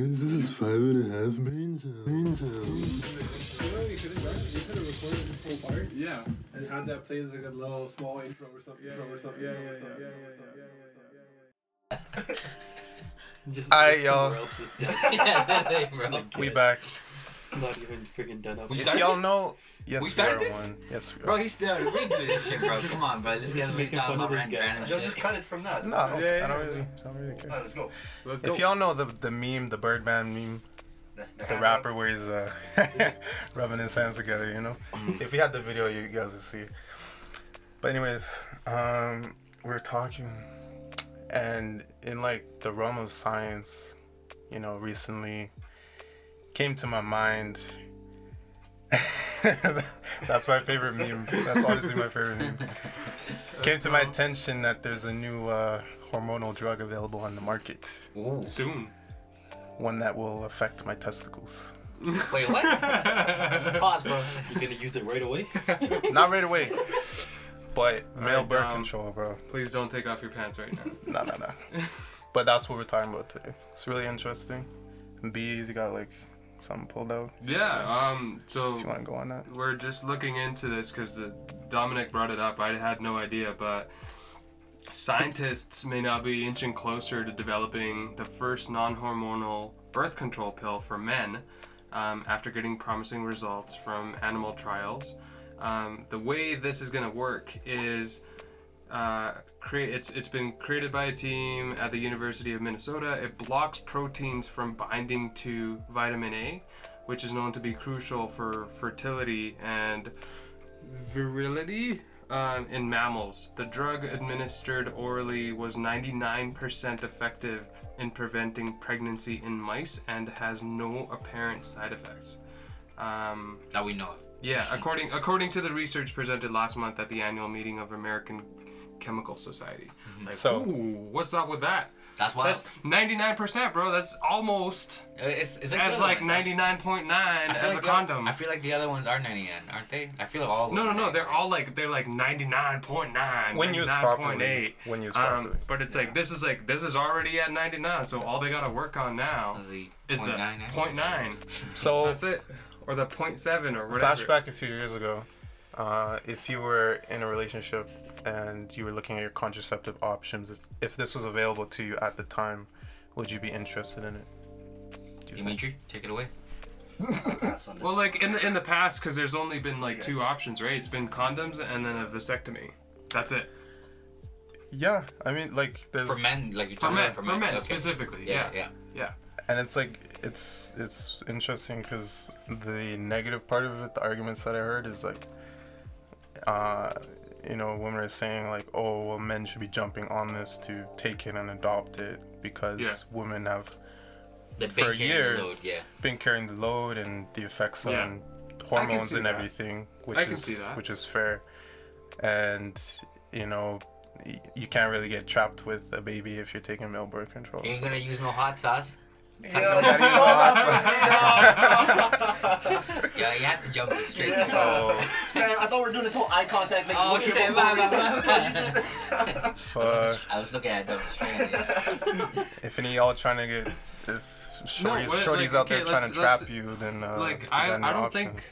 five and a half brain cells. Brain cells. You know, you could have done. You could have recorded this whole part Yeah. and had that play as like a little small intro or something. Yeah, intro or yeah, something. yeah, intro or yeah, something, yeah, intro or yeah, yeah, something. yeah, Just All right, like y'all. somewhere else was done. Yeah, bro. Like, We uh, back. It's not even freaking done up. We If started y'all know, yes, We are started this? one. Yes, we Bro, are. he's still rigged with this shit, bro. Come on, bro. This This guy's is really making talking fun about of this ran- guy. random Yo, shit. just cut it from that. No, I don't, Yeah, I don't yeah. really, I don't really Alright, care. let's go. Let's If y'all know the the meme, the Birdman meme, the rapper where he's uh, rubbing his hands together, you know. If you had the video, you guys would see. it. But anyways, um, we we're talking, and in like the realm of science, you know, recently came to my mind. That's my favorite meme. That's honestly my favorite meme. Came to my attention that there's a new uh, hormonal drug available on the market, Ooh. soon. one that will affect my testicles. Wait, what? Pause, bro. You gonna use it right away? Not right away. But male Alright, birth um, control, bro. Please don't take off your pants right now. No, no, no. But that's what we're talking about today. It's really interesting. And Bees, you got like something pulled out. Yeah. Um. So If you want to go on that. we're just looking into this because Dominic brought it up. I had no idea, but scientists may now be inching closer to developing the first non-hormonal birth control pill for men um, after getting promising results from animal trials. Um, the way this is going to work is uh, create. It's it's been created by a team at the University of Minnesota. It blocks proteins from binding to vitamin A, which is known to be crucial for fertility and virility um, in mammals. The drug administered orally was 99% effective in preventing pregnancy in mice and has no apparent side effects. Um, That we know of. yeah, according according to the research presented last month at the annual meeting of American Chemical Society. Like, So- ooh, what's up with that? That's why. That's 99%, bro. That's almost it's, it's like the as other like ones, huh? 99.9 I feel as a like the other- condom. I feel like the other ones are 99, aren't they? I feel like all. of No, no, them are no. They're 99. all like they're like 99.9. When used properly. 99.8. When used properly. Um, but it's like this is like this is already at 99. So all they gotta work on now Is the is the 0.99? 0.9. so, That's it, or the 0.7 or whatever. flashback a few years ago. Uh, if you were in a relationship and you were looking at your contraceptive options, if this was available to you at the time, would you be interested in it? Do you think? Dimitri, take it away. Well, like in the, in the past, because there's only been like two options, right? It's been condoms and then a vasectomy. That's it Yeah, I mean, like there's For men, like you're for talking men. about For men, okay. specifically. Yeah, Yeah. yeah. and it's like it's it's interesting because the negative part of it the arguments that i heard is like uh you know women are saying like oh well men should be jumping on this to take it and adopt it because Yeah. women have The For big hair and the years. load, Yeah. been carrying the load and the effects Yeah. on hormones see and that. everything which I can is see that. which is fair and you know y- you can't really get trapped with a baby if you're taking male birth control You ain't so- gonna use no hot sauce. Yeah, you have to jump it straight. Oh, Yeah. to- I thought we were doing this whole eye contact thing. Oh, Look at shit, what my, we're my, doing. my, Fuck. I was looking at the strand. yeah. If any of y'all trying to get, if shorties, what- shorties like, out there okay, trying to let's- trap let's- you, then uh, like I, then I your don't option. think.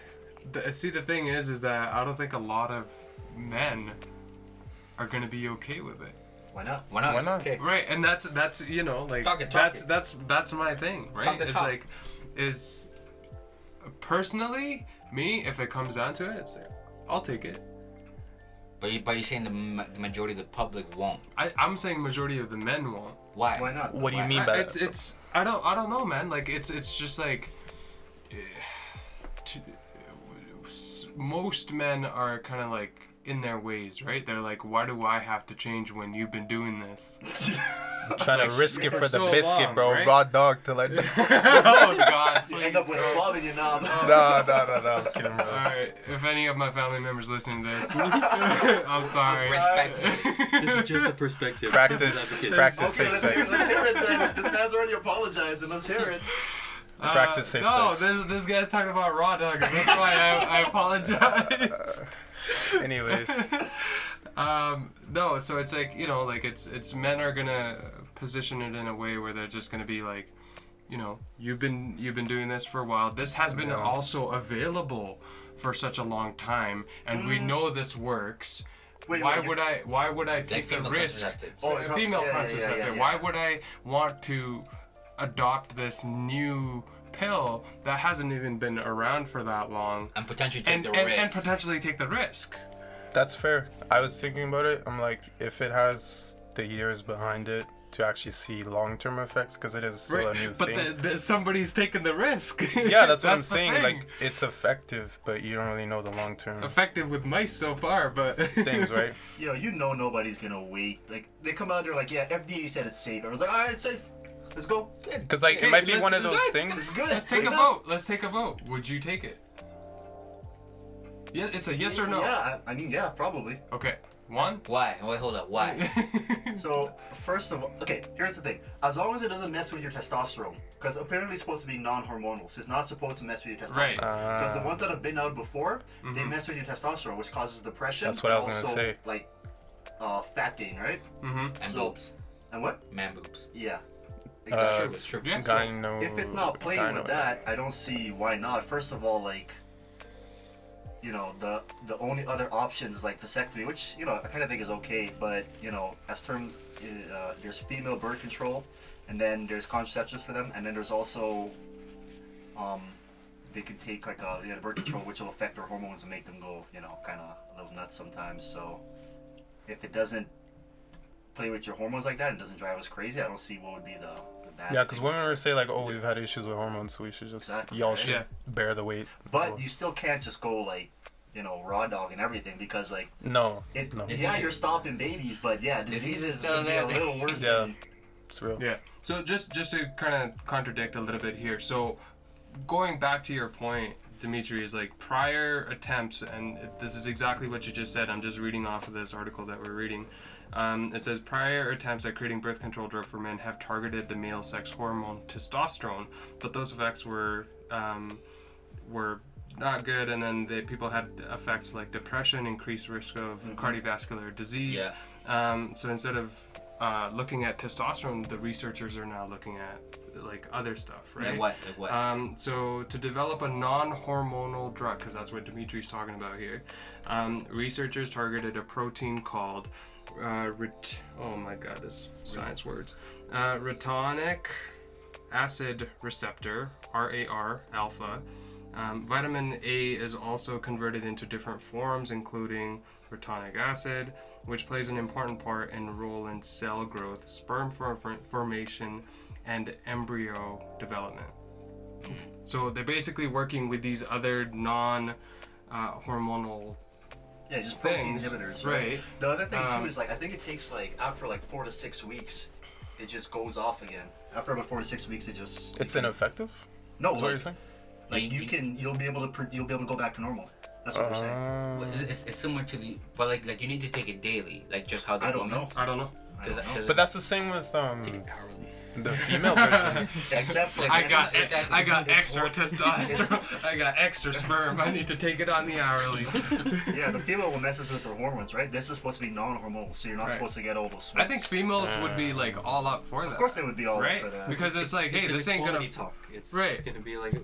The, see, the thing is, is that I don't think a lot of men are gonna be okay with it. Why not? Why not? Why not? Okay. Right, and that's that's you know like Talk it, talk that's it. that's that's my thing, right? Talk the it's talk. like, it's personally me. If it comes down to it, it's like, I'll take it. But, you, but you're saying the, ma- the majority of the public won't. I, I'm saying majority of the men won't. Why? Why not? What do you Why- mean I, by it's that? it's I don't I don't know, man. Like it's it's just like, eh, to, s- most men are kind of like in their ways, right? They're like, why do I have to change when you've been doing this? trying to risk it for for the so biscuit, long, bro. right? Raw dog till I. oh God! You please. end up with a swab in your knob. nah, nah, nah, nah. I'm kidding, All bro. right. If any of my family members listen to this, I'm sorry. Respectfully. This is just a perspective. Practice, Advocate. practice Okay, safe let's hear, sex. let's hear it then. This man's already apologizing. Let's hear it. Uh, Practice safe no, sex. this this guy's talking about raw dog. and That's why I, I apologize. Anyways, Um, no, so it's like you know, like it's it's men are gonna position it in a way where they're just gonna be like, you know you've been you've been doing this for a while this has been also available for such a long time and we know this works Mm. Wait, why wait, would i why would i take the female risk contraceptives. Oh, a yeah, female yeah, yeah, princess yeah, out yeah, there. yeah. Why would I want to adopt this new pill that hasn't even been around for that long and potentially take and, the and, risk. and potentially take the risk? That's fair. I was thinking about it. I'm like, if it has the years behind it to actually see long term effects, because it is still a new but thing. the, the, somebody's taking the risk. yeah, that's what I'm the saying. thing. Like, it's effective, but you don't really know the long term effective with mice so far, but things, right? Yo, you know nobody's gonna wait. Like they come out, they're like, yeah, FDA said it's safe. I was like, all right, it's safe. Let's go. Because like, Hey, it might be let's one of do those that. This is things. good. Let's take a Wait up. vote. Let's take a vote. Would you take it? Yeah, it's a yes or no. Yeah, I, I mean, yeah, probably. Okay, one. Why? Wait, hold up. Why? So first of all, okay, here's the thing. As long as it doesn't mess with your testosterone, because apparently it's supposed to be non-hormonal, so it's not supposed to mess with your Right. testosterone. uh, Because the ones that have been out before, they mess with your testosterone, which causes depression. mm-hmm. That's what I was and gonna also, say. Like, uh, fat gain, right? and So- boobs. And what? Man boobs. Yeah. It's Uh, true. It's true. yeah. Gyno- if it's not playing gyno- with that, I don't see why not. First of all, like, you know, the the only other option is like vasectomy, which you know I kind of think is okay, but you know, as term, uh, there's female birth control, and then there's contraceptives for them, and then there's also, um, they can take like a yeah, birth control, which will affect their hormones and make them go, you know, kind of a little nuts sometimes. So, if it doesn't play with your hormones like that and doesn't drive us crazy, I don't see what would be the, the Yeah, bad thing. because women would say like, "Oh, we've had issues with hormones, so we should just Exactly. y'all should Yeah. bear the weight." But you still can't just go like, you know, raw dog and everything because like, no, it, no, yeah, you're stopping babies, but yeah, diseases still can be there. a little worse. Yeah. Than, it's real. Yeah. So just just to kind of contradict a little bit here. So going back to your point, Dimitri is like prior attempts, and this is exactly what you just said. I'm just reading off of this article that we're reading. Um, it says prior attempts at creating birth control drug for men have targeted the male sex hormone testosterone, but those effects were um, were not good, and then the people had effects like depression, increased risk of cardiovascular disease. Um, so instead of uh, looking at testosterone, the researchers are now looking at like other stuff, right? Like what? Like what? Um, so to develop a non-hormonal drug, because that's what Dimitri's talking about here, um, researchers targeted a protein called, uh, ret- oh my god, this science words, uh, retonic acid receptor (RAR) alpha. Um, vitamin A is also converted into different forms, including retonic acid, which plays an important part and role in cell growth, sperm for- for- formation, and embryo development. So they're basically working with these other non uh, hormonal. yeah, just protein Things, inhibitors, right? right. The other thing Um, too is like, I think it takes like after like four to six weeks, it just goes off again. After about four to six weeks, it just It's ineffective. no, Is what you're like, saying? like you can, you'll be able to, pr- you'll be able to go back to normal. That's Oh, what they're saying. Uh, Well, it's, it's- it's similar to the, but like like you need to take it daily, like just how the I don't know. hormones- I don't know. I Cause, don't know. cause but that's the same with um Hourly. the female version. Except for I I got e, Exactly. I got It's extra testosterone. I got extra sperm. I need to take it on the hourly. yeah, the female will messes with their hormones, right? This is supposed to be non-hormonal, so you're not Right. supposed to get all those. I think females would be like all up for that. Of course, they would be all right? for that. Because it's, like, hey, an this ain't gonna. equality talk. It's, it's Right. gonna be like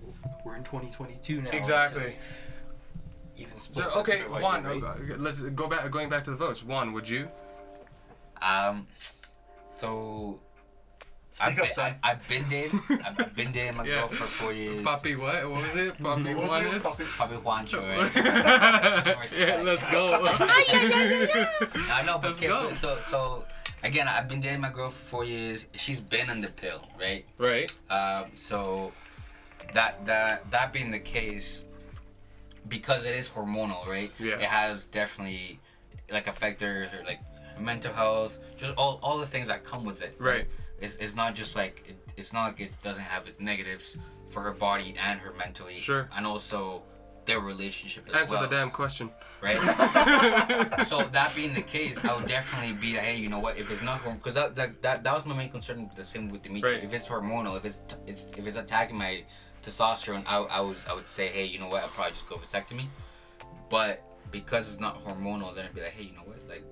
we're in 2022 now. It's Exactly. just Even So split. okay, That's what I Juan, do, right? uh, let's go back. Going back to the votes. Juan, would you? um, so. I've up, been, son. I, have been dating. I've been dating my Yeah. girl for four years. Puppy, what? What was it? Puppy What was Juan it? is. Puppy- Probably Juancho, eh? right? yeah, let's go. I know, but Let's okay, go. so so again, I've been dating my girl for four years. She's been on the pill, right? right. Um, so that that that being the case, because it is hormonal, right? Yeah. It has definitely like affected her like mental health, just all all the things that come with it. Right. It's it's not just like it, it's not like it doesn't have its negatives for her body and her mentally. Sure. And also their relationship as Answer well. the damn question. Right. So that being the case, I would definitely be like, hey, you know what? If it's not hormonal, because that, that that that was my main concern. with The same with Dimitri. Right. If it's hormonal, if it's it's if it's attacking my testosterone, I, I would I would say, hey, you know what? I'd probably just go vasectomy. But because it's not hormonal, then I'd be like, hey, you know what? Like,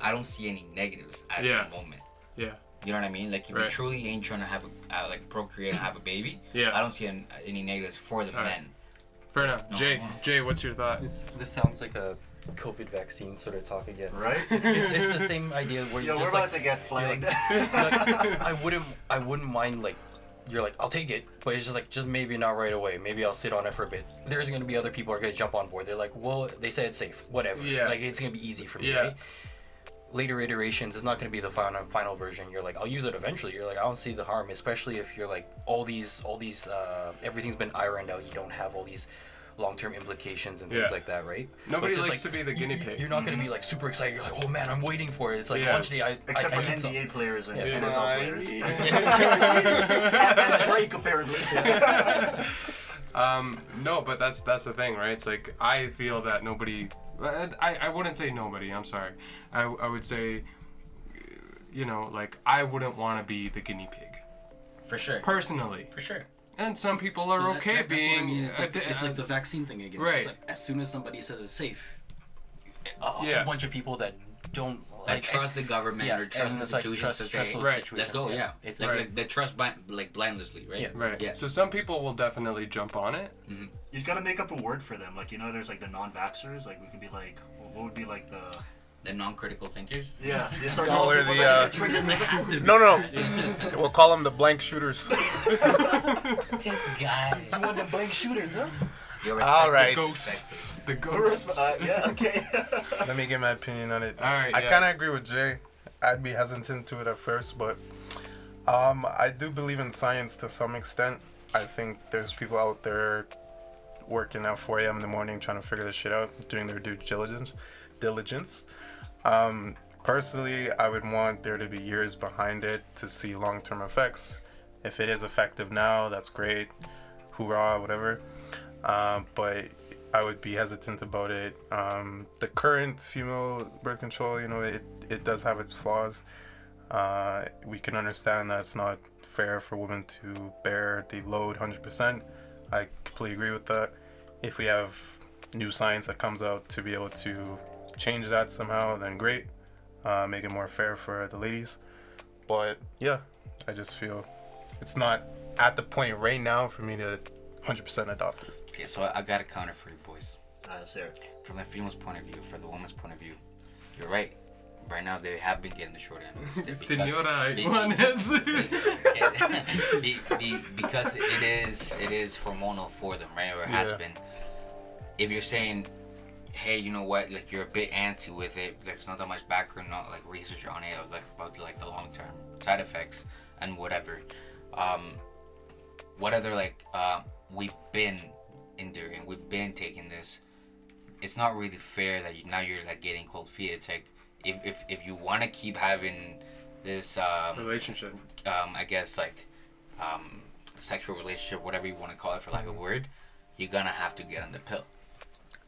I don't see any negatives at Yeah. the moment. Yeah. You know what I mean? Like, if you Right. truly ain't trying to have a, uh, like procreate and have a baby, Yeah. I don't see an, any negatives for the All right. men. Fair enough. No. Jay, Jay, what's your thought? This, this sounds like a COVID vaccine sort of talk again. Right? It's, it's, it's the same idea where Yo, you're we're just about like, to get flagged. like, I wouldn't, I wouldn't mind like, you're like, I'll take it, but it's just like, just maybe not right away. Maybe I'll sit on it for a bit. There's gonna be other people who are gonna jump on board. They're like, well, they said it's safe, whatever. Yeah. Like it's gonna be easy for me. Yeah. Right? Later iterations, it's not gonna be the final final version. You're like, I'll use it eventually. You're like, I don't see the harm, especially if you're like, all these, all these, uh, everything's been ironed out. You don't have all these long-term implications and things Yeah. like that, right? Nobody It's just likes to be the you- guinea you- pig. Mm-hmm. You're not gonna be like super excited. You're like, oh man, I'm waiting for it. It's like Yeah. eventually I Except I, for I need some- NBA players and Yeah. NFL players. and, and Yeah. Drake, apparently. Um, no, but that's that's the thing, right? It's like I feel that nobody. I I wouldn't say nobody. I'm sorry. I I would say, you know, like I wouldn't want to be the guinea pig For sure. personally. For sure. And some people are That- okay that- that's what I being. mean, It's, like, ad- it's like the vaccine thing again. Right. It's like as soon as somebody says it's safe, a whole Yeah. bunch of people that don't Like, like trust the government yeah, or trust and it's like institutions trust- to trust say, those Right. situations. let's go. Yeah. It's like, Right. like they trust blind, like blindlessly, right? Yeah. uh, right. Yeah. So some people will definitely jump on it. You just gotta make up a word for them. Like, you know, there's like the non vaxxers. Like, we could be like, what would be like the. The non-critical thinkers. Yeah. They start Y'all calling are the, people, like, uh, triggers, like, No, no. This is We'll call them the blank shooters. this guy. You want the blank shooters, huh? You're All right. The ghosts. Uh, yeah, okay. Let me get my opinion on it. All right, I yeah. kind of agree with Jay. I'd be hesitant to it at first, but um, I do believe in science to some extent. I think there's people out there working at 4 a.m. in the morning trying to figure this shit out, doing their due diligence. Diligence. Um, personally, I would want there to be years behind it to see long-term effects. If it is effective now, that's great. Hoorah, whatever. Um, but I would be hesitant about it. Um, the current female birth control, you know, it, it does have its flaws. Uh, we can understand that it's not fair for women to bear the load 100%. I completely agree with that. If we have new science that comes out to be able to change that somehow, then great. Uh, make it more fair for the ladies. But yeah, I just feel it's not at the point right now for me to 100% adopt it. Okay, so I, I got a counter for you boys. Uh, Sarah. From the female's point of view, from the woman's point of view, you're right. Right now, they have been getting the short end of the stick. because- Senora be- Iguanas. be- be- because it is it is hormonal for them, right? Or it has Yeah. been. If you're saying, hey, you know what? Like you're a bit antsy with it. There's not that much background, not like research on it, or like about like the long term side effects and whatever. Um, what other like uh, we've been enduring, we've been taking this. It's not really fair that you, now you're like getting cold feet. It's like if if, if you want to keep having this um, Relationship. um, I guess like um, sexual relationship, whatever you want to call it, for lack Mm-hmm. of a word, you're gonna have to get on the pill.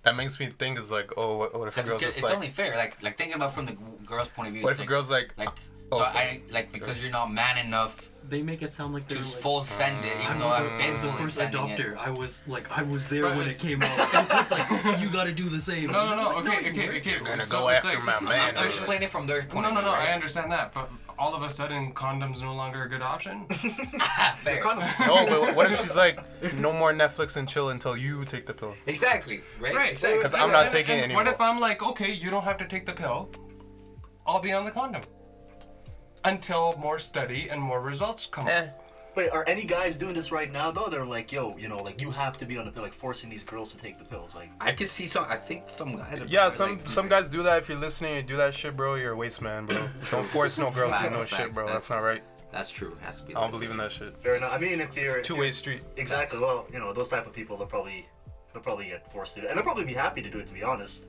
That makes me think is like, oh, what, what if a Because girl's it's, just it's like, only fair. Like like thinking about from the g- girl's point of view. what it's if a like, girl's like, like oh, so I sorry. like because you're not man enough they make it sound like to they're like, full send Ah, it, even though I've I been was the first sending adopter. it. I was like, I was there Right, when it it's- came out. It's just like, so you got to do the same. No, no, It's no. like, Okay, you okay, weren't. okay. You're gonna So go it's after like- my man. I'm explaining it from their point No, of no, view. no. I right? understand that, but all of a sudden, condoms no longer a good option. Fair. oh, but what if she's like, no more Netflix and chill until you take the pill? Exactly. Right. Exactly. 'Cause I'm not taking it What anymore. if I'm like, okay, you don't have to take the pill. I'll be on the condom until more study and more results come. up. Eh, Wait, are any guys doing this right now though? They're like, yo, you know, like you have to be on the pill, like forcing these girls to take the pills. Like, I could see some. I think some guys. Are yeah, like, some some guys do that. If you're listening, you do that shit, bro. You're a waste man, bro. Don't force no girl to do no Facts, shit, bro. facts, That's not right. That's true. It has to be. I don't believe in that shit. fair enough. I mean, if you're It's two way street. exactly, well, you know, those type of people, they'll probably, they'll probably get forced to do it, and they'll probably be happy to do it. To be honest,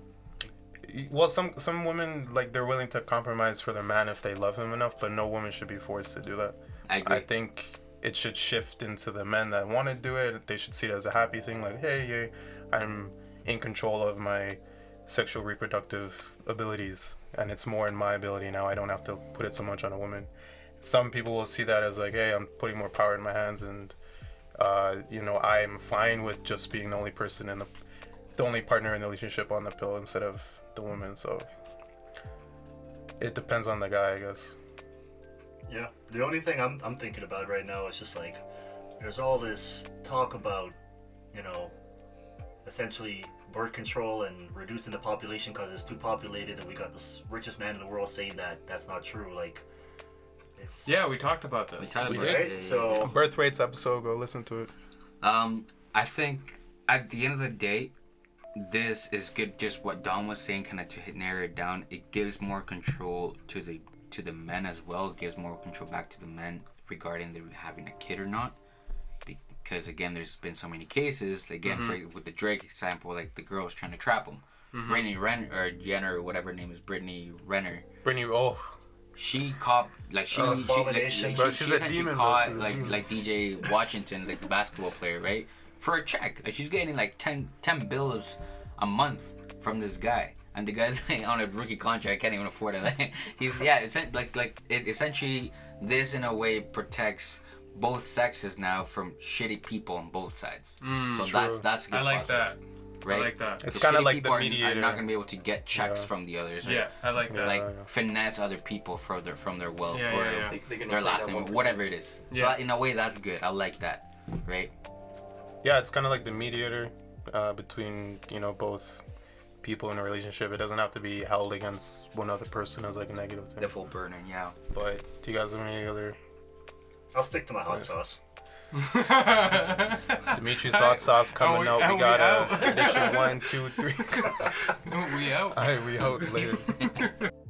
Well, some some women like they're willing to compromise for their man if they love him enough, but no woman should be forced to do that. I agree. I think it should shift into the men that want to do it. They should see it as a happy thing, like, hey, hey, I'm in control of my sexual reproductive abilities, and it's more in my ability now. I don't have to put it so much on a woman. Some people will see that as like, hey, I'm putting more power in my hands, and uh, you know, I'm fine with just being the only person in the, the only partner in the relationship on the pill instead of the woman. So it depends on the guy, I guess. Yeah. The only thing I'm, I'm thinking about right now is just like there's all this talk about, you know, essentially birth control and reducing the population because it's too populated, and we got this richest man in the world saying that that's not true. Like, it's Yeah, we talked about We this. talked We about did. it. So- Birth rates episode, go listen to it. Um, I think at the end of the day, this is good. Just what Don was saying, kind of to hit narrow it down. It gives more control to the to the men as well. It gives more control back to the men regarding the having a kid or not. Because again, there's been so many cases. Again, for, with the Drake example, like the girl was trying to trap him. Brittany Renner or Jenner, or whatever her name is, Brittany Renner. Brittany, oh, She caught like she, Uh, she like, like, Abomination. she, Bro, she she's a essentially demon, bro. caught She's a like demon. like DJ Washington, like the basketball player, right? For a check, like she's getting like 10, 10 bills a month from this guy, and the guy's like, on a rookie contract, can't even afford it. Like, he's yeah, it's like like it essentially this in a way protects both sexes now from shitty people on both sides. Mm, so that's that's a good I like that. positive, right? I like that. It's The kinda shitty like people the are- Are, mediator. not gonna be able to get checks Yeah. from the others. Right? Yeah, I like that. like yeah, yeah. finesse other people for their, from their wealth Yeah, or yeah, yeah. They, they can their play last that name, 1%. whatever it is. So Yeah. in a way, that's good. I like that, right? yeah, it's kind of like the mediator uh, between you know both people in a relationship. It doesn't have to be held against one other person as like a negative thing. The full burning, yeah. But do you guys have any other I'll stick to my hot sauce. Dimitri's hot sauce coming Ah, Are we- out? are We we got out? uh, edition one, two, three. we out. All right, we out later.